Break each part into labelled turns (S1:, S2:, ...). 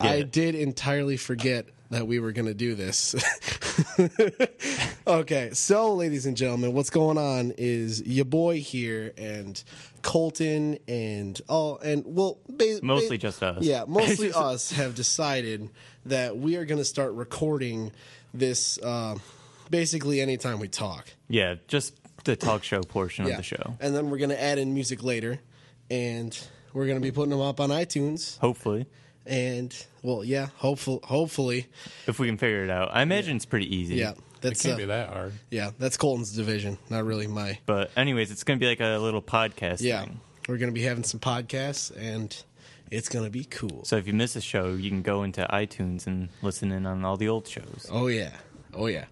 S1: I did entirely forget that we were going to do this. okay, so ladies and gentlemen, what's going on is your boy here and Colton and all and well, ba- ba-
S2: Mostly just us.
S1: Yeah, mostly us have decided that we are going to start recording this uh, basically anytime we talk.
S2: Yeah, just the talk show portion of the show.
S1: and then we're going to add in music later, and we're going to be putting them up on iTunes.
S2: Hopefully,
S1: And well, yeah, hopeful, hopefully,
S2: if we can figure it out, I imagine it's pretty easy.
S1: yeah.
S3: It
S1: That's
S3: can't
S1: uh,
S3: be that hard.
S1: Yeah, that's Colton's division, not really my.
S2: But anyways, it's gonna be like a little podcast.
S1: Yeah,
S2: Thing.
S1: we're gonna be having some podcasts, and it's gonna be cool.
S2: So if you miss a show, you can go into iTunes and listen in on all the old shows.
S1: Oh yeah, oh yeah.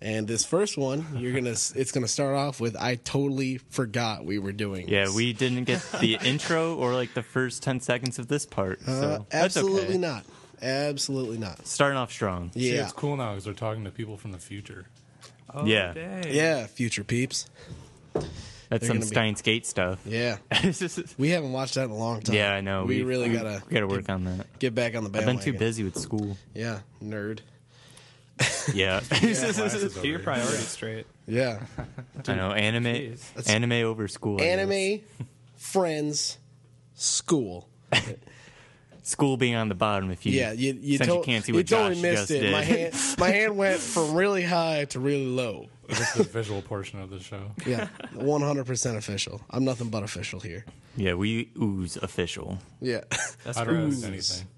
S1: And this first one, you're gonna. it's gonna start off with I totally forgot we were doing.
S2: Yeah,
S1: this."
S2: we didn't get the intro or like the first ten seconds of this part. So
S1: Uh,
S2: that's
S1: absolutely
S2: okay.
S1: not. Absolutely not.
S2: Starting off strong.
S1: Yeah.
S3: See, it's cool now because we're talking to people from the future.
S2: Yeah.
S1: Yeah, future peeps.
S2: That's
S1: They're
S2: some
S1: gonna be-
S2: Steins Gate stuff.
S1: Yeah,
S2: Yeah,
S1: we haven't watched that in a long time.
S2: I know.
S1: We really gotta
S2: we gotta work on that.
S1: get back on the
S2: I've
S1: bandwagon.
S2: been too busy with school.
S1: Yeah, nerd.
S2: Yeah.
S3: Glasses
S4: Get your
S3: over.
S4: priorities straight.
S1: Yeah,
S2: I know anime,
S4: Jeez.
S2: anime over school. I guess.
S1: anime, friends, school.
S2: school being on the bottom. If you
S1: Yeah, you you,
S2: since
S1: to-
S2: you can't see
S1: you
S2: what
S1: totally
S2: Josh
S1: missed
S2: just
S1: it.
S2: did.
S1: My hand my hand went from really high to really low.
S3: This is the visual portion of the show.
S1: Yeah, one hundred percent official. I'm nothing but official here.
S2: yeah, we ooze official.
S1: Yeah,
S4: That's
S3: I don't
S4: gross.
S3: ooze anything.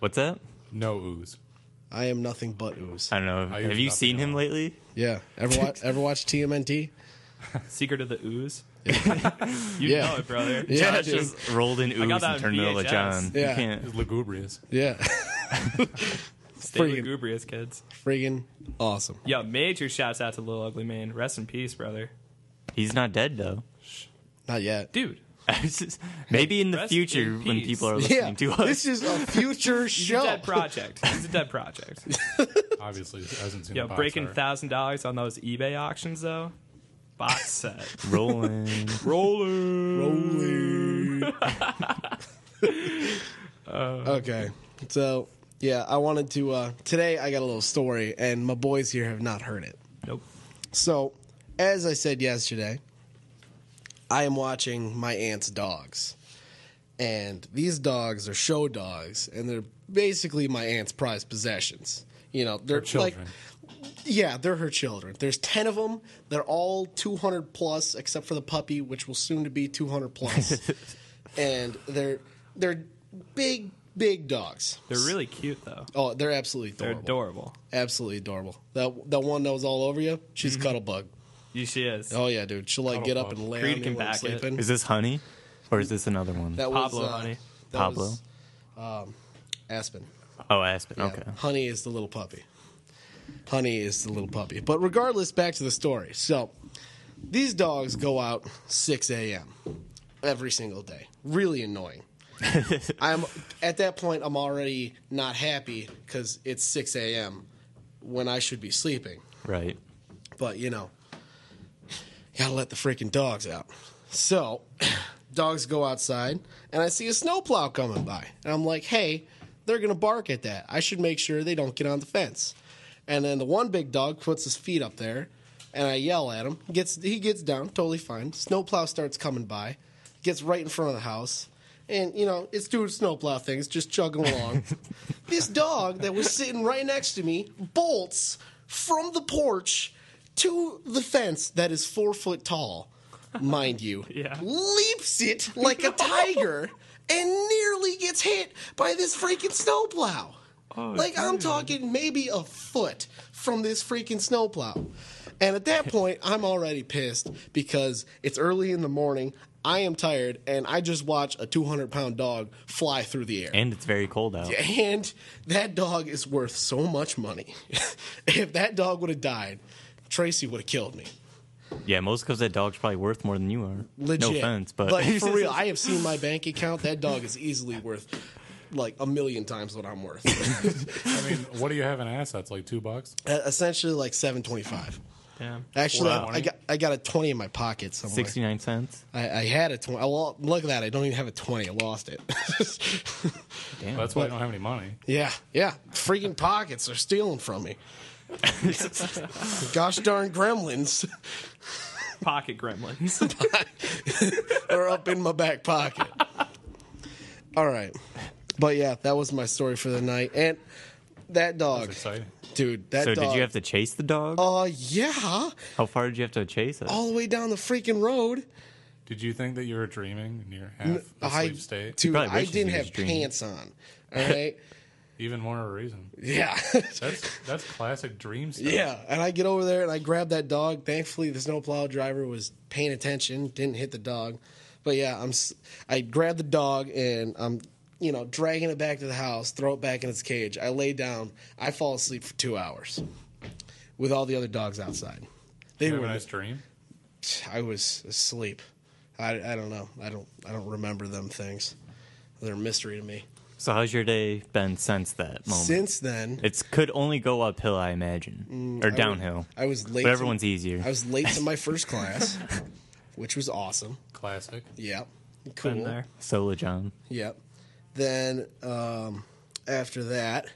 S2: What's that?
S3: No ooze.
S1: I am nothing but ooze.
S2: I don't know.
S3: I
S2: Have
S3: ooze
S2: you
S3: nothing
S2: seen him
S3: at all.
S2: lately?
S1: Yeah, ever watch ever watch TMNT?
S4: Secret of the ooze. you
S1: Yeah.
S4: know it, brother.
S1: Yeah,
S2: Josh
S1: dude.
S2: just rolled in ooze
S4: got
S2: and
S4: that on
S2: turned it over to
S4: VHS.
S2: John.
S1: Yeah.
S2: You can't.
S3: It's lugubrious.
S1: Yeah,
S4: Stay
S1: Freaking-
S4: lugubrious, kids.
S1: friggin' awesome.
S4: Yo, major shouts out to Little Ugly Man. Rest in peace, brother.
S2: He's not dead though.
S1: Not yet.
S4: Dude,
S2: Maybe in the
S4: Rest
S2: future
S4: in
S2: when
S4: peace.
S2: people are listening
S1: Yeah,
S2: to us.
S1: this is a future
S4: he's
S1: show.
S4: a dead project. He's a dead project.
S3: Obviously, I hasn't seen
S4: Yo,
S3: the box
S4: breaking
S3: art.
S4: thousand dollars on those eBay auctions though. Box set.
S2: Rolling.
S4: Rolling.
S1: okay, so yeah, I wanted to uh, today. I got a little story, and my boys here have not heard it.
S4: Nope.
S1: So, as I said yesterday, I am watching my aunt's dogs. And these dogs are show dogs, and they're basically my aunt's prized possessions. You know, they're like,
S3: Children.
S1: yeah, they're her children. There's 10 of them. They're all 200 plus, except for the puppy, which will soon to be 200 plus. and they're, they're big, big dogs.
S4: They're really cute though.
S1: Oh, they're absolutely
S4: They're
S1: adorable.
S4: adorable.
S1: absolutely adorable. That, that one that was all over you, she's
S4: Mm-hmm.
S1: cuddle bug.
S4: You she is.
S1: Oh yeah, dude. She'll like
S3: Cuddle
S1: get up
S3: bug.
S1: and lay
S4: Creed
S1: on me
S4: can
S1: while I'm
S4: back it.
S1: sleeping.
S2: is this honey, or is this another one?
S1: that
S4: Pablo,
S1: was, uh,
S4: honey.
S1: That
S2: Pablo?
S1: was, um, Aspen.
S2: oh, Aspen.
S1: Yeah.
S2: Okay.
S1: Honey is the little puppy. Honey is the little puppy. But regardless, back to the story. So these dogs go out 6 a.m. every single day. Really annoying. I'm at that point. I'm already not happy because it's 6 a.m. when I should be sleeping.
S2: Right.
S1: but you know, gotta let the freaking dogs out. So, dogs go outside, and I see a snowplow coming by, and I'm like, hey, they're gonna bark at that. I should make sure they don't get on the fence. And then the one big dog puts his feet up there, and I yell at him. gets He gets down, totally fine. Snowplow starts coming by, gets right in front of the house. And you know it's doing snowplow things, just chugging along. this dog that was sitting right next to me bolts from the porch to the fence that is four foot tall, mind you.
S4: Yeah.
S1: Leaps it like a tiger and nearly gets hit by this freaking snowplow. like I'm talking maybe a foot from this freaking snowplow. And at that point, I'm already pissed because it's early in the morning. I am tired, and I just watch a 200 pound dog fly through the air
S2: And it's very cold out.
S1: and that dog is worth so much money. if that dog would have died, Tracy would have killed me.
S2: Yeah, most because that dog's probably worth more than you are.
S1: Legit.
S2: No offense, but
S1: like for real, I have seen my bank account. That dog is easily worth like a million times what I'm worth. E,
S3: I mean, what do you have in assets? Like two bucks?
S1: Essentially, like seven twenty-five.
S4: Damn.
S1: Actually,
S3: Wow.
S1: I, I got I got a twenty in my pocket somewhere.
S2: 69 cents.
S1: I, I had a twenty. Well, look at that. I don't even have a twenty. I lost it.
S2: Damn.
S3: That's why I don't have any money.
S1: yeah, yeah. Freaking pockets are stealing from me. Gosh darn gremlins
S4: Pocket gremlins.
S1: are up in my back pocket. All right, but yeah, that was my story for the night. And that dog,
S3: It's exciting.
S1: dude. That
S2: so
S1: dog.
S2: did you have to chase the dog?
S1: Uh, yeah.
S2: How far did you have to chase it?
S1: all the way down the freaking road.
S3: Did you think that you were dreaming in your half
S1: I,
S3: asleep state?
S1: dude,
S2: probably
S1: I
S2: wishes
S1: didn't
S2: he
S1: have
S2: was dreaming.
S1: pants on. All right.
S3: Even more of a reason.
S1: yeah.
S3: That's that's classic dream stuff.
S1: yeah. And I get over there and I grab that dog. Thankfully, the snowplow driver was paying attention, didn't hit the dog. But yeah, I'm, s- I grab the dog and I'm, you know, dragging it back to the house, throw it back in its cage. I lay down. I fall asleep for two hours with all the other dogs outside. They
S3: You have
S1: were
S3: a nice dream.
S1: I was asleep. I, I don't know. I don't I don't remember them things. They're a mystery to me.
S2: So how's your day been since that moment?
S1: Since then,
S2: It could only go uphill, I imagine, or downhill.
S1: Mm, I was late.
S2: But everyone's
S1: to,
S2: easier.
S1: I was late to my first class, which was awesome.
S3: Classic.
S1: Yep. Cool.
S4: Been there.
S2: Solo John.
S1: Yep. Then um, after that,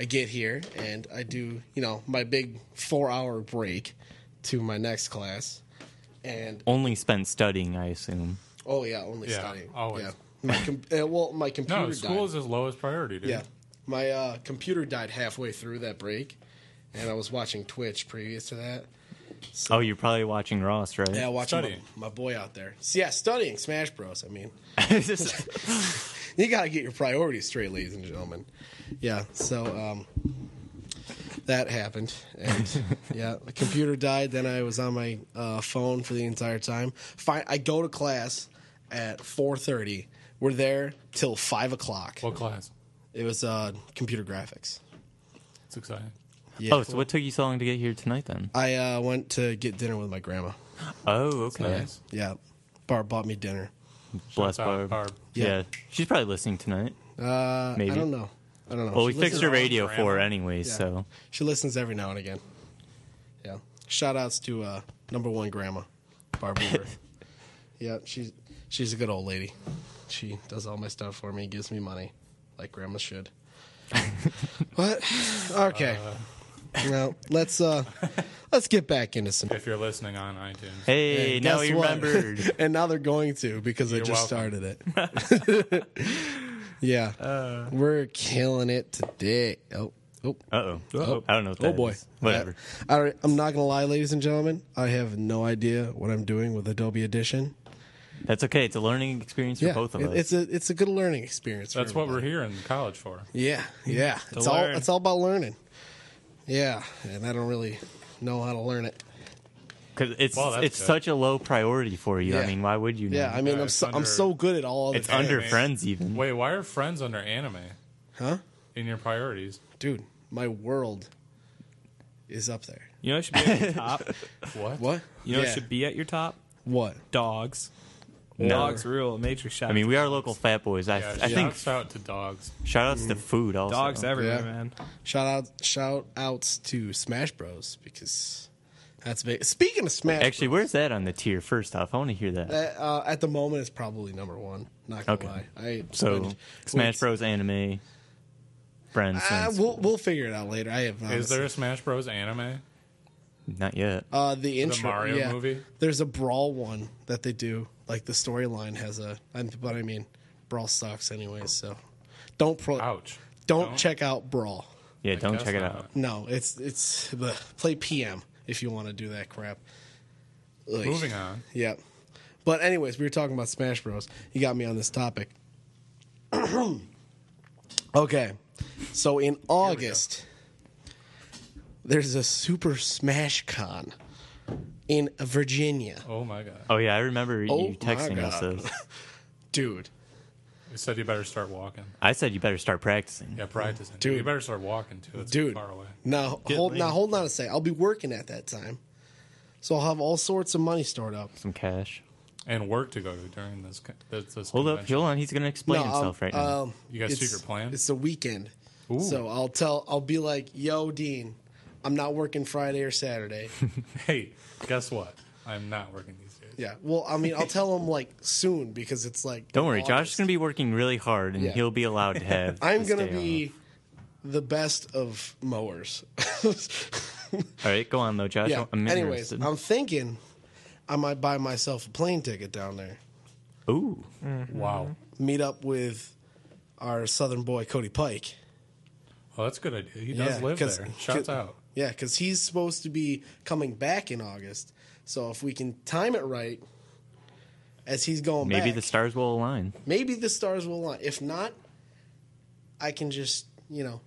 S1: I get here and I do you know my big four hour break to my next class, and
S2: Only spent studying, I assume.
S1: oh yeah, only
S3: Yeah,
S1: studying.
S3: always.
S1: Yeah. My com- uh, well, my computer.
S3: No, school
S1: died.
S3: is his lowest priority, dude.
S1: Yeah. My uh, computer died halfway through that break, and I was watching Twitch previous to that.
S2: Oh, you're probably watching Ross, right?
S1: Yeah, watching my,
S3: Studying.
S1: my boy out there. So, yeah, studying Smash Bros. I mean, you got to get your priorities straight, ladies and gentlemen. Yeah, so um, that happened. And yeah, the computer died. Then I was on my uh, phone for the entire time. Fine, I go to class at 4.30. We're there till 5 o'clock.
S3: What class?
S1: It was uh, computer graphics.
S3: It's exciting.
S1: Yeah.
S2: Oh, so what took you so long to get here tonight then?
S1: I uh, went to get dinner with my grandma.
S2: Oh, okay.
S3: Nice.
S1: Yeah, Barb bought me dinner.
S2: Bless
S3: Shout out,
S2: Barb.
S3: Barb.
S2: Yeah.
S1: Yeah.
S2: she's probably listening tonight.
S1: Uh,
S2: Maybe.
S1: I don't know. I don't know.
S2: Well, we
S1: She
S2: fixed
S1: listens-
S2: her
S3: her own
S2: radio for her
S3: grammar.
S2: anyways,
S1: Yeah.
S2: so
S1: She listens every now and again. Yeah. Shout outs to uh, number one grandma, Barb Weaver. yeah, she's she's a good old lady. She does all my stuff for me, gives me money, like grandma should. what? Okay.
S2: Uh.
S1: now let's uh let's get back into some.
S3: If you're listening on iTunes.
S2: hey, now
S1: guess
S2: you
S1: what?
S2: remembered.
S1: and now they're going to because I
S3: You're
S1: just
S3: welcome.
S1: started it. yeah, we're killing it today. Oh, oh,
S2: Uh oh.
S3: Uh-oh.
S2: I don't know what
S1: oh
S2: that
S1: boy.
S2: is. Whatever.
S1: I, I, I'm not gonna lie, ladies and gentlemen. I have no idea what I'm doing with Adobe Audition.
S2: That's okay. It's a learning experience for
S1: Yeah,
S2: both of
S1: it-
S2: us.
S1: it's a it's a good learning experience. for
S3: That's what we're
S1: everybody.
S3: here in college for.
S1: Yeah, yeah. It's all
S4: learn.
S1: it's all about learning. Yeah, and I don't really know how to learn it.
S2: 'Cause it's
S3: Wow, that's
S2: it's
S3: good.
S2: such a low priority for you. I
S1: Yeah.
S2: mean, why would you?
S1: Yeah,
S2: know?
S1: I mean,
S3: Yeah,
S1: I'm
S3: it's
S1: so, I'm
S3: under-
S1: so good at all. Other
S2: it's
S1: things.
S2: under
S3: anime.
S2: friends even.
S3: Wait, why are friends under anime
S1: huh?
S3: in your priorities?
S1: Dude, my world is up there.
S4: You know, it should be at your top.
S3: What?
S1: What?
S4: You know,
S1: Yeah.
S4: it should be at your top.
S1: What?
S4: Dogs. Dogs rule. Major shout.
S2: I mean, we are local fat boys. I,
S3: Yeah,
S2: I think
S3: shouts out to dogs.
S2: shout outs to food also.
S4: dogs everywhere,
S1: Yeah.
S4: man.
S1: Shout out! Shout outs to Smash Bros. Because that's big. Speaking of Smash,
S2: Actually, where's that on the tier? First off, I want to hear that.
S1: Bros, uh, at the moment it's probably number one. Not gonna
S2: Okay.
S1: lie. I
S2: so,
S1: when-
S2: Smash
S1: when-
S2: Bros. anime, friends.
S1: Uh,
S2: since-
S1: we'll we'll figure Oh, it out later. I have
S3: Is there a Smash Bros anime?
S2: Not yet.
S1: uh, the intro
S3: Mario
S1: yeah.
S3: movie?
S1: There's a brawl one that they do. Like the storyline has a. I'm- But I mean, brawl sucks anyway. So don't pro.
S3: Ouch.
S1: Don't,
S3: don't.
S1: check out brawl.
S2: Yeah, don't
S3: guess
S2: check it
S3: not.
S2: out.
S1: No, it's it's the play PM if you want to do that crap. Ugh.
S3: Moving on.
S1: Yeah. But anyways, we were talking about Smash Bros. You got me on this topic. okay. So in August there's a Super Smash Con in Virginia.
S3: Oh my god.
S2: Oh yeah, I remember
S1: Oh,
S2: you
S1: my
S2: texting us
S1: God.
S2: this.
S1: Dude.
S3: You said you better start walking.
S2: I said you better start practicing.
S3: Yeah, practicing.
S1: Dude.
S3: You better start walking too. It's
S1: Dude.
S3: far away.
S1: Now hold
S2: lean.
S1: now hold on a sec. I'll be working at that time. So I'll have all sorts of money stored up.
S2: Some cash.
S3: And work to go to during this. co- this, this
S2: Hold up,
S3: convention.
S2: hold on. He's gonna explain
S1: No,
S2: himself
S1: I'll-
S2: right now.
S1: um,
S3: You got a
S1: it's-
S3: secret plan?
S1: It's a weekend.
S3: Ooh.
S1: So I'll tell I'll be like, yo, Dean, I'm not working Friday or Saturday.
S3: Hey, guess what? I'm not working these days.
S1: yeah. Well, I mean, I'll tell him like soon because it's like.
S2: Don't worry, Josh is
S1: August.
S2: going to be working really hard, and
S1: Yeah.
S2: he'll be allowed to have.
S1: I'm
S2: this
S1: gonna
S2: day off.
S1: be the best of mowers.
S2: All right, go on though, Josh.
S1: yeah.
S2: I'm
S1: Anyways,
S2: interested.
S1: I'm thinking I might buy myself a plane ticket down there.
S2: Ooh,
S3: Wow.
S1: Meet up with our southern boy Cody Pike.
S3: Oh, that's a good idea. He does
S1: Yeah,
S3: live
S1: 'cause-
S3: there. Shouts
S1: 'cause-
S3: out.
S1: Yeah, because he's supposed to be coming back in August. So if we can time it right, as he's going
S2: maybe
S1: back,
S2: the stars will align.
S1: maybe the stars will align. If not, I can just you know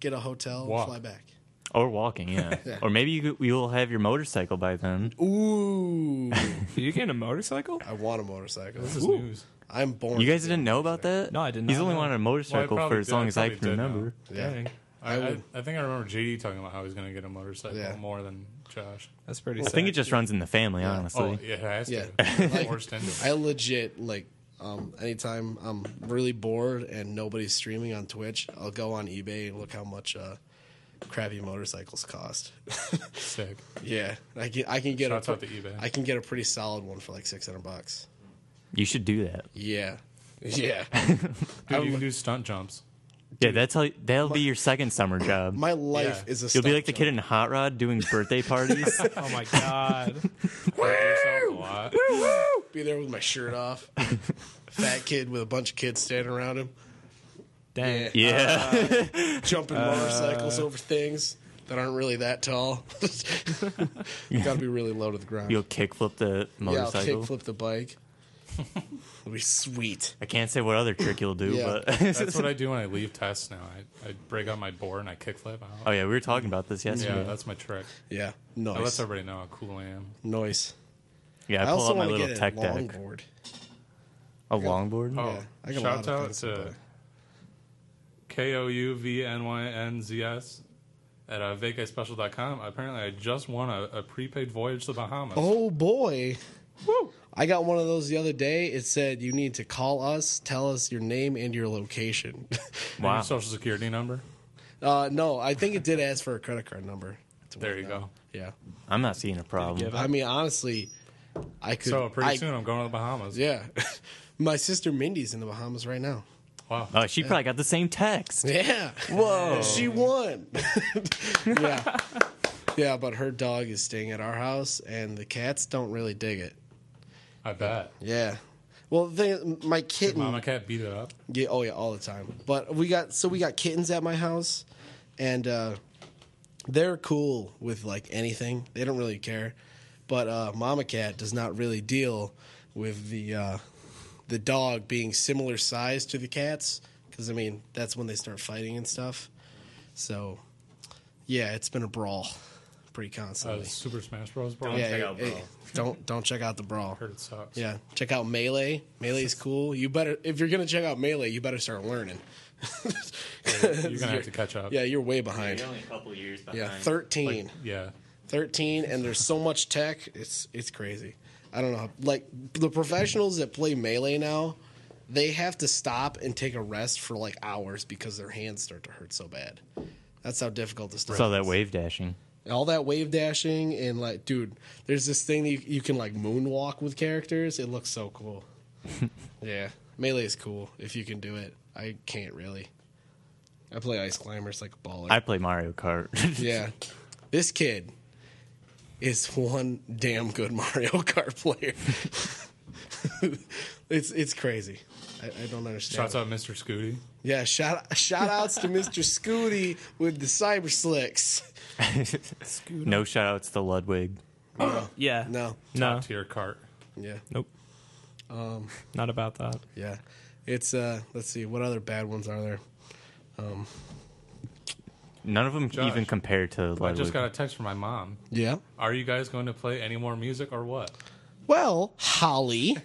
S1: get a hotel
S3: Walk.
S1: and fly back.
S2: Or walking, yeah. Or maybe you, you'll have your motorcycle by then.
S1: Ooh,
S4: Are you getting a motorcycle?
S1: I want a motorcycle.
S3: This is news.
S1: I'm born.
S2: You guys
S1: again.
S2: didn't know about that?
S4: No, I did
S2: He's
S4: not
S2: only
S4: know.
S2: wanted a motorcycle
S3: Well, I
S2: for as
S3: probably
S2: long
S3: did.
S2: as
S3: I
S2: I
S3: probably
S2: can
S3: did know.
S2: remember.
S1: Yeah.
S4: Dang.
S3: I, I,
S1: would-
S3: I think I remember JD talking about how he's going to get a motorcycle
S1: Yeah.
S3: more than Josh.
S4: That's pretty
S2: I think it just runs in the family,
S3: Oh,
S2: honestly.
S3: yeah, it has
S1: Yeah.
S3: to. It's
S1: Like,
S3: Forced into it.
S1: I legit like um, anytime I'm really bored and nobody's streaming on Twitch, I'll go on eBay and look how much uh, crappy motorcycles cost.
S3: Sick.
S1: yeah, I can I can get
S3: Shouts
S1: a
S3: out to eBay.
S1: I can get a pretty solid one for like six hundred bucks.
S2: You should do that.
S1: Yeah, yeah.
S3: Dude, you can do stunt jumps.
S2: Yeah, that's how that'll be your second summer job.
S1: My life
S3: Yeah.
S1: is a.
S2: You'll be
S1: stunt
S2: like the kid in Hot Rod doing birthday parties.
S1: Uh,
S4: Oh my god.
S3: Hurt yourself a lot.
S1: job. Be there with my shirt off, fat kid with a bunch of kids standing around him,
S4: Dang.
S1: Yeah.
S2: yeah. Uh,
S1: jumping motorcycles over things that aren't really that tall. Got to be really low to the ground.
S2: You'll kickflip the
S1: Yeah, I'll
S2: motorcycle.
S1: kickflip the bike. It'll be sweet.
S2: I can't say what other trick you'll do,
S1: Yeah.
S2: but
S3: That's what I do when I leave tests now. I, I break out my board and I kickflip out.
S2: Oh yeah, we were talking about this
S3: yeah,
S2: yesterday.
S3: that's my trick.
S1: Yeah,
S3: I let
S1: nice.
S3: everybody know how cool I am.
S1: Nice.
S2: Yeah, I,
S1: I,
S2: pull
S1: also
S2: out my
S1: want to
S2: little
S1: get a
S2: tech deck.
S1: longboard.
S2: A longboard?
S3: Oh,
S1: Yeah, I got a
S3: shout
S1: lot of
S3: out
S1: things
S3: to
S1: about-
S3: K O U V N Y N Z S at uh, vacayspecial.com. Apparently, I just won a, a prepaid voyage to the Bahamas.
S1: Oh boy. I got one of those the other day. It said you need to call us, tell us your name and your location.
S3: And your
S2: Oh, Wow.
S3: social security number.
S1: uh, no, I think it did ask for a credit card number. It's
S3: There you
S1: worth
S3: go.
S1: it. Yeah.
S2: I'm not seeing a problem.
S4: give
S1: I mean, honestly, I could.
S3: So pretty
S1: I-
S3: soon, I'm going to the Bahamas.
S1: Yeah. My sister Mindy's in the Bahamas right now.
S3: Wow.
S2: Oh, she probably got the same text.
S1: Yeah. Whoa. She won. yeah. Yeah, but her dog is staying at our house, and the cats don't really dig it.
S3: I bet.
S1: Yeah. Well, the thing, is, my
S3: Mama
S1: kitten.
S3: cat beat it up.
S1: Yeah, oh yeah, all the time. But we got so we got kittens at my house, and uh, they're cool with like anything. They don't really care. But uh, Mama Cat does not really deal with the uh, the dog being similar size to the cats because I mean that's when they start fighting and stuff. So yeah, it's been a brawl pretty
S3: Uh,
S1: constantly.
S3: Super Smash Bros. Brawl.
S1: yeah,
S5: Oh, check out
S1: yeah,
S5: Brawl.
S1: yeah. don't don't check out the brawl.
S3: Heard it sucks.
S1: Yeah, check out Melee. Melee's cool. You better if you're gonna check out Melee, you better start learning.
S3: You're gonna have to catch up.
S1: Yeah, you're way behind.
S5: You're only a couple years behind.
S1: Yeah, 13.
S3: Yeah.
S1: 13 and there's so much tech. It's it's crazy. I don't know. how- Like the professionals that play Melee now, they have to stop and take a rest for like hours because their hands start to hurt so bad. That's how difficult this stuff
S2: Saw
S1: is.
S2: that wave dashing.
S1: all that wave dashing and like dude there's this thing that you, you can like moonwalk with characters it looks so cool yeah melee is cool if you can do it i can't really i play ice climbers like a baller
S2: I play Mario Kart.
S1: yeah this kid is one damn good mario kart player it's it's crazy i, I don't understand
S3: Shouts out Mr. Scooty.
S1: yeah shout shout outs to mr scooty with the cyber slicks
S2: no shout outs to Ludwig.
S4: Yeah.
S1: no
S4: No.
S3: Top tier cart.
S1: yeah
S4: Nope. Um. Not about that.
S1: Yeah. It's uh let's see, what other bad ones are there?
S2: None of them
S3: Josh,
S2: even compare to
S3: I
S2: Ludwig.
S3: just got a text from my mom.
S1: Yeah.
S3: Are you guys going to play any more music or what?
S1: Well, Holly,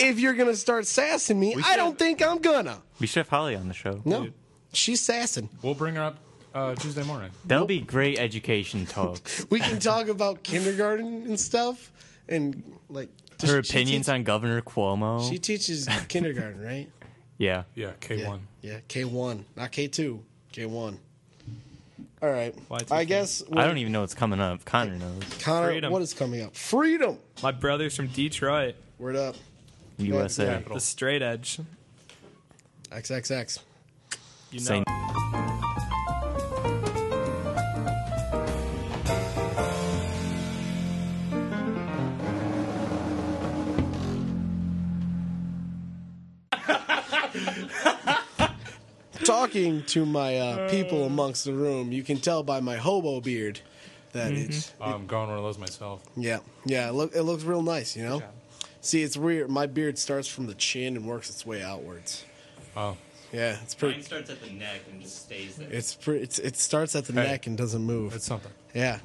S1: if you're gonna start sassing me, I don't think I'm gonna.
S2: we should have Holly on the show.
S1: No. She's sassing.
S3: We'll bring her up uh, Tuesday morning.
S2: That'll be great education talk.
S1: We can talk about kindergarten and stuff and like does
S2: Her
S1: she
S2: opinions
S1: teach-
S2: on Governor Cuomo.
S1: she teaches kindergarten, right?
S2: yeah.
S3: Yeah, K1.
S1: Yeah, K one, not K two, K one. All right.
S4: Y2K.
S1: I guess.
S2: I don't even know what's coming up. Connor knows.
S1: Connor,
S4: Freedom.
S1: what is coming up? Freedom.
S4: My brother's from Detroit.
S1: Word up.
S2: USA.
S1: yeah.
S4: The straight edge.
S1: XXX.
S4: You know.
S2: Same.
S1: Talking to my uh, people amongst the room, you can tell by my hobo beard that it's
S3: Um, I'm growing one of those myself.
S1: yeah, yeah. It, look, it looks real nice, you know. See, it's weird. My beard starts from the chin and works its way outwards.
S3: Oh,
S1: Yeah, it's
S5: Mine
S1: pretty.
S5: starts at the neck and just stays there.
S1: It's pretty. It's, it starts at the
S3: Hey.
S1: neck and doesn't move.
S3: it's something.
S1: yeah.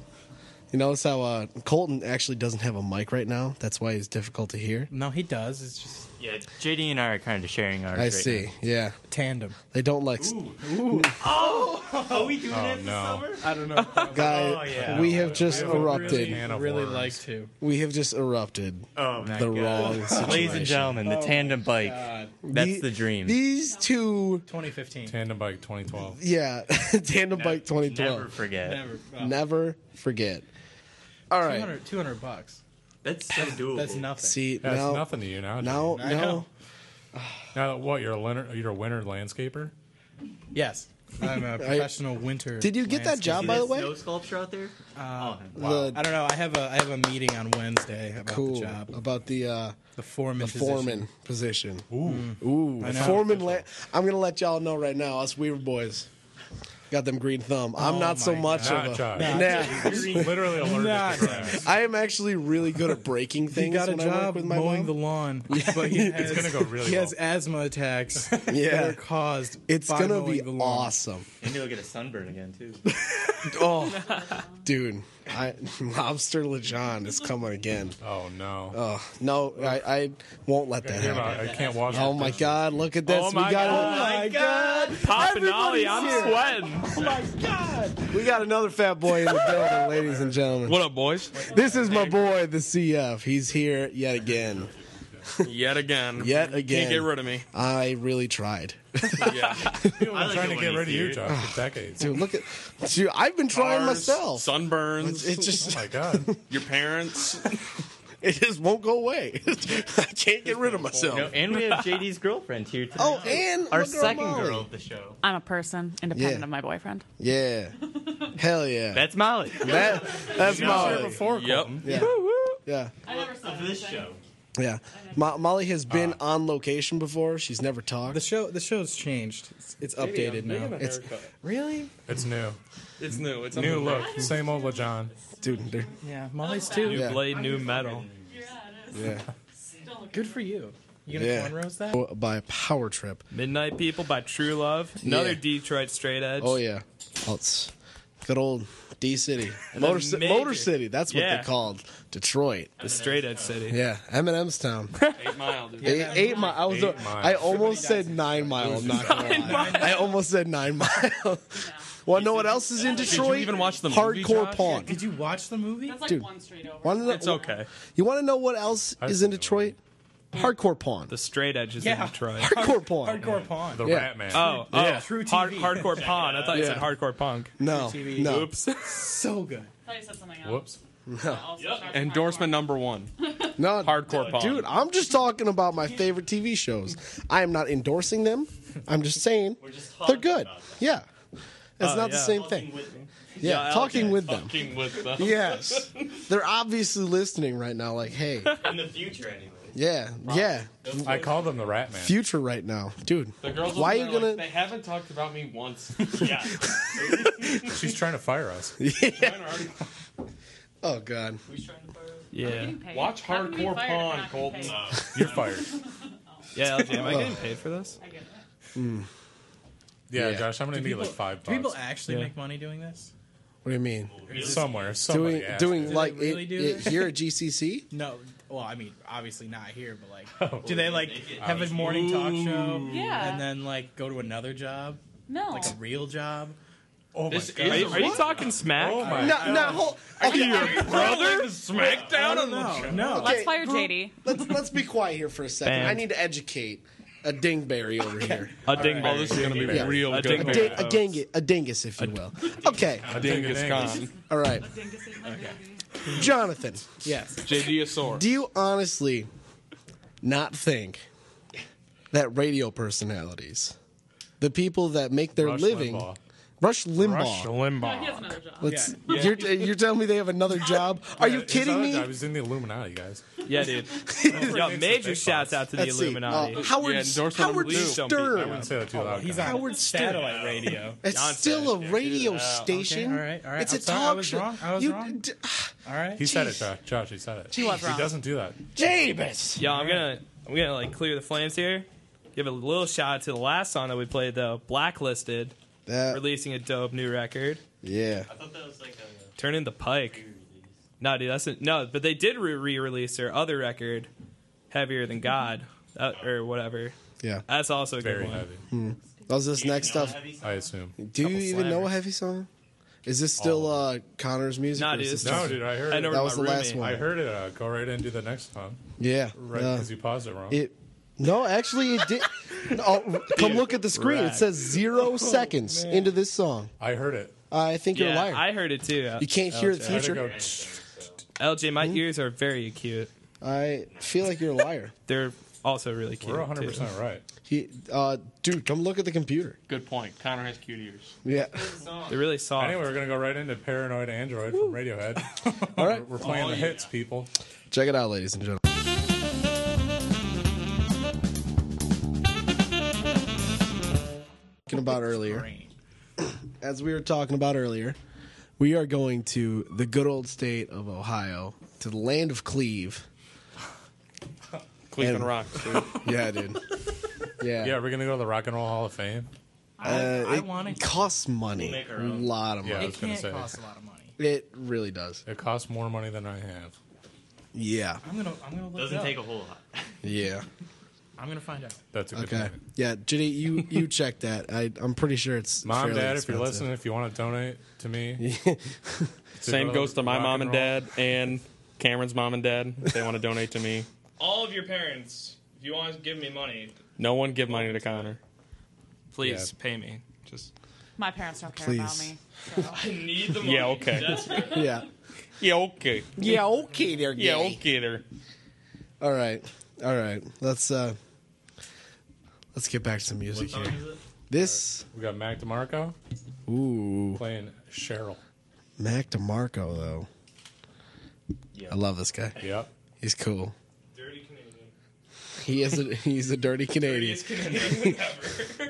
S1: You notice how uh, Colton actually doesn't have a mic right now. That's why he's difficult to hear.
S6: No, he does. It's just
S2: Yeah, JD and I are kind of sharing ours.
S1: I
S2: right
S1: see.
S2: now.
S1: Yeah,
S6: tandem.
S1: they don't like.
S5: Are we doing
S3: Oh
S5: it this
S3: no,
S5: summer?
S6: I don't know.
S1: Guy,
S5: Oh, yeah.
S1: we have just
S3: I would
S1: erupted.
S3: Can of
S6: really
S3: worms.
S6: like to.
S1: We have just erupted the wrong situation.
S2: Oh Ladies and gentlemen,
S5: Oh
S2: the tandem bike. That's the dream.
S1: These two,
S6: 2015.
S3: tandem bike 2012.
S1: yeah, tandem bike
S2: Never
S1: 2012.
S2: forget.
S6: Never.
S1: Never,
S6: well,
S1: forget. All right.
S6: 200, 200 bucks.
S2: That's so doable.
S6: That's nothing.
S1: See
S3: That's
S1: now,
S3: nothing to you now. Jimmy.
S1: now,
S6: I
S1: now,
S6: know.
S3: now what? You're a Leonard, you're a winter landscaper.
S6: Yes, I'm a professional winter.
S1: Did you get that
S6: landscaper.
S1: job,
S5: See
S1: by the
S5: that
S1: way?
S5: snow sculpture out there?
S2: Oh,
S6: Uh,
S1: the
S6: I don't know. I have a I have a meeting on Wednesday about
S1: cool
S6: the job.
S1: about the uh,
S6: The foreman.
S1: the
S6: position.
S1: foreman position.
S3: Ooh,
S1: Ooh,
S6: I know.
S1: foreman. La- I'm gonna let y'all know right now. Us Weaver boys got them green thumb. I'm
S6: Oh
S1: not so
S6: my
S1: much
S3: God.
S1: of
S3: Not
S1: a.
S3: Josh.
S1: Nah.
S3: you're literally allergic to
S6: Nah,
S3: grass.
S1: I am actually really good at breaking
S6: He
S1: things.
S6: got a
S1: when I work
S6: job
S1: with my
S6: mowing
S1: mom.
S6: the lawn, but he has,
S3: It's gonna go really
S6: he has
S3: well.
S6: asthma attacks that
S1: Yeah.
S6: are caused.
S1: It's
S6: by
S1: gonna
S6: mowing
S1: be
S6: the lawn.
S1: awesome.
S2: And you'll get a sunburn again too.
S1: Oh, dude, I, Lobster LeJohn is coming again.
S3: Oh no.
S1: Oh no, I, I won't let that
S3: You're not-
S1: happen.
S3: I can't watch.
S1: Oh my God, look at this.
S4: Oh
S1: we
S4: my
S1: got
S4: God.
S1: A,
S4: my
S6: god!
S4: Pop and Ollie, I'm sweating.
S1: we got another fat boy in the building, ladies and gentlemen.
S4: What up, boys?
S1: This is my boy, the CF. He's here yet again.
S4: Yet again.
S1: Yet again.
S4: Can't get rid of me.
S1: I really tried.
S3: People
S4: Yeah.
S3: have been
S5: like it
S3: trying to
S5: when
S3: get
S5: you
S3: rid of
S5: see
S3: you,
S5: it.
S3: Josh, for decades.
S1: Dude, look at dude, I've been trying
S4: Cars,
S1: myself.
S4: Sunburns.
S1: It
S3: Oh
S1: just
S3: my god.
S4: your parents.
S1: it just won't go away. I can't get rid of myself.
S2: No, and we have JD's girlfriend here tonight.
S1: Oh, and
S2: our
S1: my girl
S2: second
S1: Molly.
S2: girl of the show.
S7: I'm a person independent
S1: Yeah.
S7: of my boyfriend.
S1: Yeah. Hell yeah.
S2: That's Molly.
S1: That that's
S3: Molly.
S1: Molly.
S3: before
S4: Yep.
S3: Colton.
S1: Yeah. Yeah.
S7: I never saw
S5: Of this show.
S1: Yeah. Mo- Molly has been
S4: Uh.
S1: on location before. She's never
S6: The
S1: talked.
S6: show the show's changed. It's, it's updated now.
S1: It's
S6: Really?
S3: It's new.
S4: It's new. It's
S3: New look. Same old LeJohn.
S1: dude. they're-
S6: Yeah, Molly's too.
S1: Yeah.
S4: Blade new metal.
S1: Yeah.
S6: Good for you. You gonna
S1: Yeah.
S6: cornrows that?
S1: Oh, By Power Trip.
S4: Midnight People by True Love. Another
S1: Yeah.
S4: Detroit straight edge.
S1: Oh yeah. Oh, it's good old D City.
S4: then
S1: Motor, Ci-
S4: major-
S1: Motor City. That's what
S4: Yeah.
S1: they called Detroit.
S4: The straight edge city.
S1: Yeah. Eminem's town.
S4: Eight Mile. Dude.
S1: Eight, eight mile. I was.
S3: Eight
S1: I
S3: Mile.
S1: almost said nine mile. I'm not gonna lie. I almost said nine mile. well, no. What else is in Detroit?
S4: even watch the movie,
S1: hardcore
S4: Josh?
S1: porn.
S6: Did you watch the movie?
S7: That's like
S1: Dude.
S7: one street over.
S1: Wanna know-
S4: It's okay.
S1: You want to know what else
S3: I've
S1: is in
S3: seen that
S1: Detroit? Hardcore porn.
S4: The straight edge is
S6: Yeah.
S4: in Detroit.
S1: Hardcore porn.
S6: Hardcore pawn.
S3: The
S1: Yeah.
S3: Rat Man.
S4: Oh, oh,
S1: Yeah.
S6: True
S4: hard-
S6: TV.
S4: hardcore pond. I thought you
S1: Yeah.
S4: said hardcore punk.
S1: No,
S6: TV.
S1: no.
S4: Oops.
S6: so good.
S7: I thought you said something else.
S3: Whoops.
S8: Endorsement number one.
S1: No,
S8: Hardcore punk.
S1: dude. I'm just talking about my favorite TV shows. I am not endorsing them. I'm just saying
S5: We're just
S1: they're
S5: talking
S1: good.
S5: about them.
S1: Yeah, it's
S4: Oh,
S1: not the
S4: yeah.
S1: same
S5: Fucking
S1: thing.
S5: with me.
S1: Yeah, talking with them.
S8: Fucking with them.
S1: Yes, they're obviously listening right now. Like, hey,
S5: In the future, anyway.
S1: yeah, yeah,
S3: I call them the Rat Man.
S1: future right now, dude.
S8: The girls
S1: Why are
S8: over
S1: you
S8: there
S1: gonna?
S8: Like, they haven't talked about me once.
S5: Yeah.
S3: She's trying to fire us.
S8: Mine are already-
S1: oh god,
S5: Who's trying to fire us?
S4: Yeah.
S8: Watch Hardcore Pawn, Colton.
S3: You're fired.
S4: Yeah, LJ, am I getting paid for this?
S3: Yeah,
S1: Yeah.
S3: Josh, I'm gonna need like five
S6: Do people
S3: bucks
S6: actually
S4: Yeah.
S6: make money doing this?
S1: what do you mean?
S3: somewhere. Somebody
S1: Doing
S3: asked
S1: doing
S3: it.
S1: like
S6: really
S1: it,
S6: do
S1: it
S6: this?
S1: here at GCC?
S6: No. Well, I mean, obviously not here, but like, do they like have a morning
S3: Ooh.
S6: talk show
S7: Yeah.
S6: and then like go to another job,
S7: No.
S6: like a real job?
S3: Oh my
S8: This
S3: god.
S4: Are you, are you
S8: What?
S4: talking smack?
S3: Oh my
S1: No, no. Hold, okay,
S4: brother?
S6: I don't know. No.
S1: Okay,
S7: Let's fire
S1: group-
S7: JD.
S1: let's let's be quiet here for a second.
S4: Banned.
S1: I need to educate a dingberry over here.
S4: A dingberry.
S8: Oh, this is gonna be
S1: Yeah.
S8: real
S4: A
S8: good.
S1: A,
S4: dingberry.
S1: ding- a dingus, a dingus, if you will. Okay,
S8: A dingus con.
S1: all right, Jonathan. Yes.
S8: JDosaur.
S1: Do you honestly not think that radio personalities, the people that make their
S3: Rush
S1: living,
S3: Limbaugh.
S1: Rush Limbaugh?
S3: Rush
S7: He has
S3: Limbaugh.
S7: another job.
S1: Let's, You're, you're telling me they have another job? Are you
S3: His
S1: kidding
S3: other
S1: me?
S3: job, He's in the Illuminati, guys.
S4: Yeah, dude. Yo,
S3: Big
S4: major
S3: Fox.
S4: shouts out to the
S1: Let's see.
S4: Illuminati.
S1: Uh, Howard,
S8: Yeah, endorse them
S1: Howard
S8: and leave
S4: them.
S1: Stern.
S4: I
S3: Don't say that too loud.
S6: He's
S3: guys.
S6: on
S1: Howard Stern.
S6: satellite radio.
S1: It's
S4: Nonsense.
S1: still a radio station.
S6: all right, all right.
S1: It's
S6: I'm
S1: a
S6: sorry, I
S1: talk
S6: was
S1: show.
S6: wrong. I was
S1: You-
S6: wrong.
S1: d-
S6: All right.
S3: He said it,
S1: Jeez.
S3: Josh. Josh, he said it.
S7: He was wrong.
S3: doesn't do that.
S1: Davis.
S4: Yo, I'm gonna I'm gonna like clear the flames here. Give a little shout out to the last song that we played though, Blacklisted,
S1: That-
S4: releasing a dope new record.
S1: yeah.
S5: I thought that was like a
S4: Turn in the Pike.
S5: pre-release.
S4: No, dude, that's a, no. But they did re- re-release their other record, Heavier Than God, uh, or whatever.
S1: Yeah.
S4: That's also a good
S3: Very
S4: one.
S3: heavy.
S1: That was this
S5: You
S1: next
S5: know
S1: stuff.
S5: heavy stuff?
S3: I assume.
S1: Do you even know a
S4: slammers.
S1: heavy song? Is this still
S3: All
S1: uh, Connor's music? or
S4: Nah,
S1: is
S4: dude,
S1: this
S4: it's
S3: No,
S1: just-
S3: dude, I heard
S4: I know
S3: it.
S1: That
S4: where
S1: was
S4: my
S1: the last
S4: roommate-
S1: one.
S3: I heard it. Uh, go right into the next one.
S1: Yeah.
S3: Right,
S1: uh,
S3: because you paused it wrong.
S1: it. No, actually, it did. oh, come look at the screen. It
S4: rack.
S1: says zero
S3: Oh,
S1: seconds into this song.
S3: I heard it.
S1: I think you're a
S4: Yeah,
S1: liar.
S4: I heard it too.
S1: you can't hear the
S3: I heard it
S1: future.
S3: go, "Tsh."
S4: LJ, my
S1: Hmm?
S4: ears are very acute.
S1: I feel like you're a liar.
S4: They're also really cute.
S3: We're
S4: too.
S3: 100% right.
S1: He, uh, dude, come look at the computer.
S8: Good point. Connor has cute ears.
S1: Yeah.
S4: They're really soft.
S3: Anyway, we're going to go right into Paranoid Android from Radiohead.
S1: All right.
S3: We're playing the hits, people.
S1: Check it out, ladies and gentlemen. Talking about earlier, as we were talking about earlier, we are going to the good old state of Ohio, to the land of Cleve.
S8: Cleveland
S1: And-
S8: Rock. Dude.
S1: Yeah, dude. Yeah,
S3: Yeah, we're going to go to the Rock and Roll Hall of Fame.
S1: Uh,
S6: I
S1: it
S6: want to.
S1: costs money,
S5: make our
S1: a
S5: own.
S1: lot of
S3: Yeah, I
S1: money.
S3: was
S6: It
S3: going
S6: can't
S3: to say.
S6: cost a lot of money.
S1: It really does.
S3: It costs more money than I have.
S1: Yeah,
S6: I'm gonna. I'm gonna look. it
S5: Doesn't
S6: up.
S5: take a whole lot.
S1: yeah.
S6: I'm gonna find out.
S3: That's a good
S1: Okay.
S3: point.
S1: Yeah, Jenny, you you check that. I I'm pretty sure it's
S3: Mom,
S1: fairly
S3: Dad, if you're
S1: expensive.
S3: listening, if you want to donate to me,
S8: Same
S3: go
S8: goes to my
S3: rock
S8: mom and
S3: and roll.
S8: dad and Cameron's mom and dad. If they want to donate to me,
S4: all of your parents, if you want to give me money,
S8: no one give money to Connor.
S4: please
S3: Yeah.
S4: pay me. Just
S7: My parents don't care about
S1: Please.
S7: me. So.
S5: Need the
S8: Yeah, okay.
S1: Yeah.
S8: Yeah, okay.
S1: Yeah, okay there,
S8: Yeah, okay. There.
S1: All right. All right. Let's uh let's get back to some music here. This
S3: we got Mac DeMarco
S1: ooh
S3: playing Cheryl.
S1: Mac DeMarco though. I love this guy.
S3: Yep.
S1: He's cool.
S5: Dirty Canadian.
S1: He is a he's a dirty Canadian.
S5: Canadian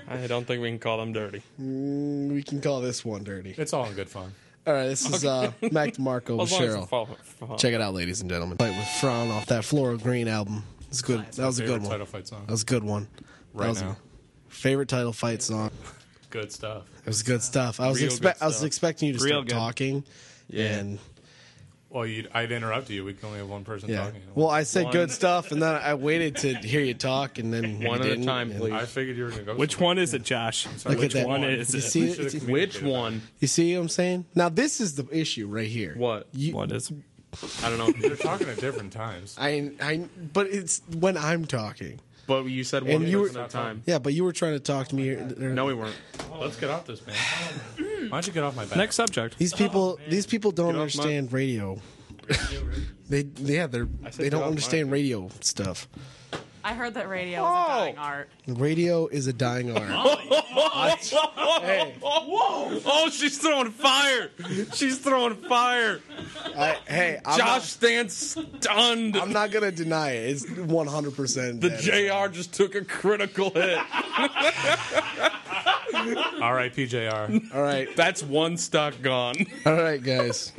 S8: I don't think we can call them dirty.
S1: Mm, we can call this one dirty.
S3: It's all in good fun.
S1: All right, this is uh Mac DeMarco with
S8: As long as
S1: Cheryl.
S8: it's follow- follow-
S1: Check it out, ladies and gentlemen. Fight with Frown off that Floral Green album. It's good. That was a
S3: Favorite
S1: good one.
S3: title
S1: That
S3: fight song.
S1: was a good one.
S3: Right
S1: that was a-
S3: now.
S1: favorite title fight song.
S3: Good stuff.
S1: It was good stuff. I was
S8: Real
S1: expect
S8: good
S1: I was
S8: stuff.
S1: expecting you to
S4: Real
S1: start
S4: good.
S1: talking. And
S3: Well, you'd, I'd interrupt you. We can only have one person
S1: yeah.
S3: talking.
S1: Well, I said
S8: One-
S1: good stuff and then I waited to hear you talk and then you
S8: One at a
S1: didn't,
S8: time,
S1: and-
S8: please.
S3: I figured you were going to go.
S4: which one is it, Josh?
S3: sorry,
S1: Look at
S4: which
S1: that.
S4: one
S1: you
S4: is
S1: see
S4: it?
S1: it?
S3: should've
S1: It's-
S8: Which one?
S1: You see what I'm saying? Now this is the issue right here.
S8: What?
S1: You,
S4: What is?
S8: I don't know.
S3: You're talking at different times.
S1: I I but it's when I'm talking.
S8: But you said one
S1: And you
S8: person
S1: were-
S8: at a time.
S1: Yeah, but you were trying to talk to me.
S8: Oh No, we weren't.
S3: Let's get off this, man. Why don't you get off my back?
S4: Next subject.
S1: These people, these people don't
S8: Get off my-
S1: understand radio. they, yeah, they're
S8: said
S1: they
S8: get off
S1: don't
S8: my-
S1: understand radio stuff.
S7: I heard that radio was a dying art.
S1: Radio is a dying art. hey,
S8: Whoa! Oh, she's throwing fire. She's throwing fire.
S1: I, hey, I'm
S8: Josh
S1: not,
S8: stands stunned.
S1: I'm not gonna deny it. It's 100. percent
S8: the JR just took a critical hit.
S3: All right, PJR.
S1: All right,
S8: That's one stock gone.
S1: all right, guys.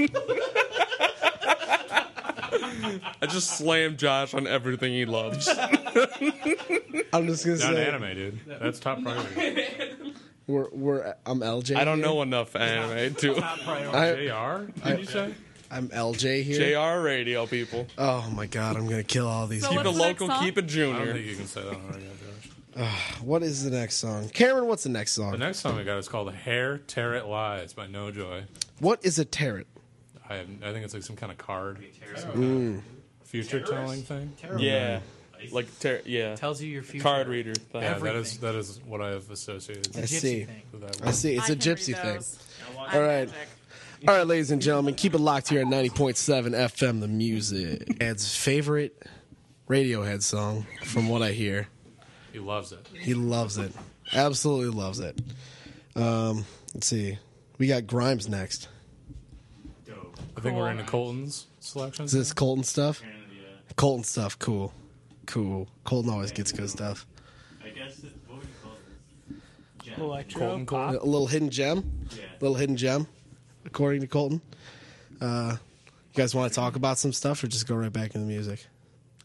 S8: I just slammed Josh on everything he loves.
S1: I'm just gonna
S3: Not
S1: say
S3: anime, dude. That's top priority.
S1: we're we're I'm LJ.
S8: I don't know enough anime to
S1: I,
S3: JR? Did you say?
S1: I'm LJ here.
S8: JR radio people.
S1: Oh my god, I'm gonna kill all these.
S7: So
S1: people.
S8: Keep it
S7: What's the next
S8: local,
S7: song?
S8: keep it
S3: I don't
S8: junior.
S3: think you can say that on radio, Josh.
S1: What is the next song, Cameron? What's the next
S3: The
S1: song?
S3: next song we got is called "Hair Tear It Lies" by No Joy.
S1: What is a tarot?
S3: I have, I think it's like some kind of card, future telling thing.
S8: Yeah.
S5: I
S8: like ter- yeah,
S2: Tells you your future.
S8: card reader. Thing.
S3: Yeah, that
S2: Everything.
S3: is that is what I have associated
S1: I
S3: with
S1: see.
S3: that.
S1: I
S3: word.
S1: see. It's
S7: a
S1: a gypsy thing.
S5: All
S1: All right. All right, ladies and gentlemen, keep it locked here at 90.7 FM, the music. Ed's favorite Radiohead song, from what I hear.
S3: He loves it.
S1: He loves it. Absolutely loves it. Um, let's see. We got Grimes next.
S3: I think we're into Colton's selection.
S1: Is this Colton stuff?
S5: Apparently, yeah.
S1: Colton stuff. Cool. Cool. Colton always gets good stuff.
S5: I guess it's what would you call this? Gem.
S4: Electro
S3: Colton,
S1: A
S3: Colton.
S1: little hidden gem.
S5: yeah.
S1: Little hidden gem, according to Colton. Uh, you guys want to talk about some stuff or just go right back into the music?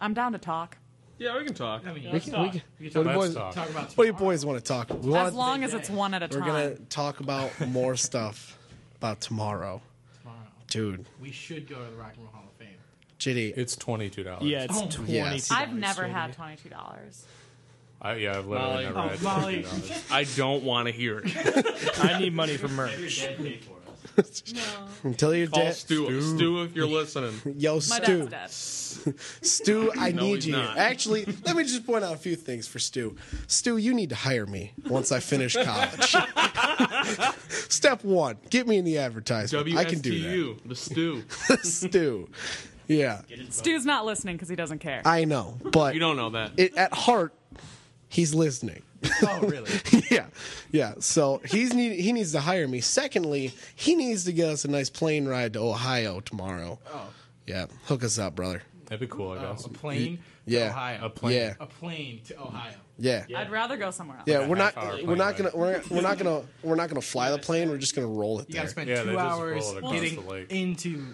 S7: I'm down to talk.
S8: Yeah, we can talk.
S1: We can, we can,
S3: Let's
S1: what, do boys,
S3: talk.
S1: what do you boys want to talk? We want
S7: As long as it's one at a
S1: we're
S7: time.
S1: going to talk about more stuff about tomorrow.
S9: tomorrow.
S1: Dude,
S9: We should go to the Rock and Roll Hall of Fame.
S1: JD,
S3: It's twenty two dollars.
S4: Yeah, it's
S9: Oh,
S4: twenty.
S1: yes.
S7: I've never had twenty-two dollars.
S3: I, yeah. I've literally
S8: Molly.
S3: never
S8: Oh,
S3: had
S9: Molly.
S3: twenty two dollars.
S8: I don't want to hear it.
S4: I need money for merch.
S5: Your dad paid for us.
S1: until you're
S8: Call
S1: dead.
S8: Stu. Stu, if you're listening,
S1: Yo,
S7: My
S1: Stu.
S7: dad's
S1: Stu, I
S8: No,
S1: need
S8: he's
S1: you.
S8: not.
S1: Actually, let me just point out a few things for Stu. Stu, you need to hire me once I finish college. Step one, get me in the advertisement.
S8: WSTU,
S1: I can do
S8: the Stu.
S1: that. Stu. Yeah,
S7: dead. Stu's not listening because he doesn't care.
S1: I know, but
S8: You don't know that.
S1: it, at heart, he's listening.
S9: Oh, really?
S1: yeah, yeah. So he's need, he needs to hire me. Secondly, he needs to get us a nice plane ride to Ohio tomorrow.
S9: Oh,
S1: Yeah, hook us up, brother.
S3: That'd be cool. I
S9: oh
S3: guess.
S9: a plane
S1: Yeah.
S9: to Ohio.
S3: A plane.
S1: Yeah,
S9: A plane Oh. to Ohio.
S1: yeah.
S7: I'd rather go somewhere else.
S1: Yeah, we're
S3: half
S1: not
S3: hour
S1: we're
S3: plane
S1: not
S3: ride.
S1: gonna we're, not- we're not gonna we're not gonna fly the plane. We're just gonna roll it
S9: You
S1: there.
S9: gotta spend
S3: Yeah, they
S9: two
S3: just
S9: hours
S3: roll it across the
S9: getting
S3: lake.
S9: into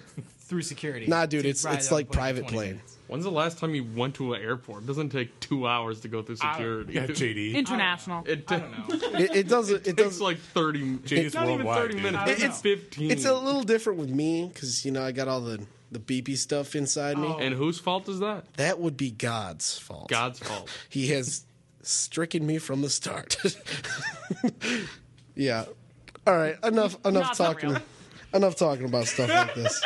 S9: through security.
S1: Nah, dude,
S9: to
S1: it's
S9: ride
S1: it's
S9: on a
S1: like
S9: plane for
S1: private
S9: 20
S1: plane.
S9: minutes.
S8: When's the last time you went to an airport? It doesn't take two hours to go through
S9: I-
S8: security.
S3: Yeah, JD.
S7: International.
S8: It
S9: I
S8: takes
S9: don't know.
S1: It, it doesn't. It doesn't.
S8: like thirty.
S3: Jeez,
S8: It's not even
S3: worldwide,
S8: thirty
S3: dude.
S8: minutes.
S9: I don't
S8: It's
S9: know.
S8: fifteen.
S1: it's a little different with me because you know I got all the the beepy stuff inside me.
S9: Oh.
S8: And whose fault is that?
S1: That would be God's fault.
S8: God's fault.
S1: He has stricken me from the start. yeah. All right. Enough.
S7: No,
S1: Enough
S7: it's not
S1: talking.
S7: real.
S1: Enough talking about stuff like this.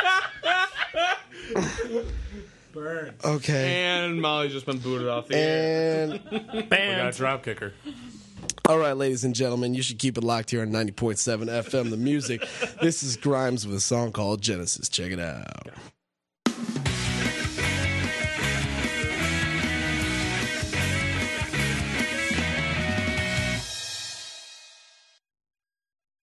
S9: Burn.
S1: Okay.
S8: And Molly's just been booted off the air.
S1: And
S3: We got a drop kicker.
S1: All right, ladies and gentlemen, you should keep it locked here on 90.7 FM, the music. this is Grimes with a song called Genesis. Check it out.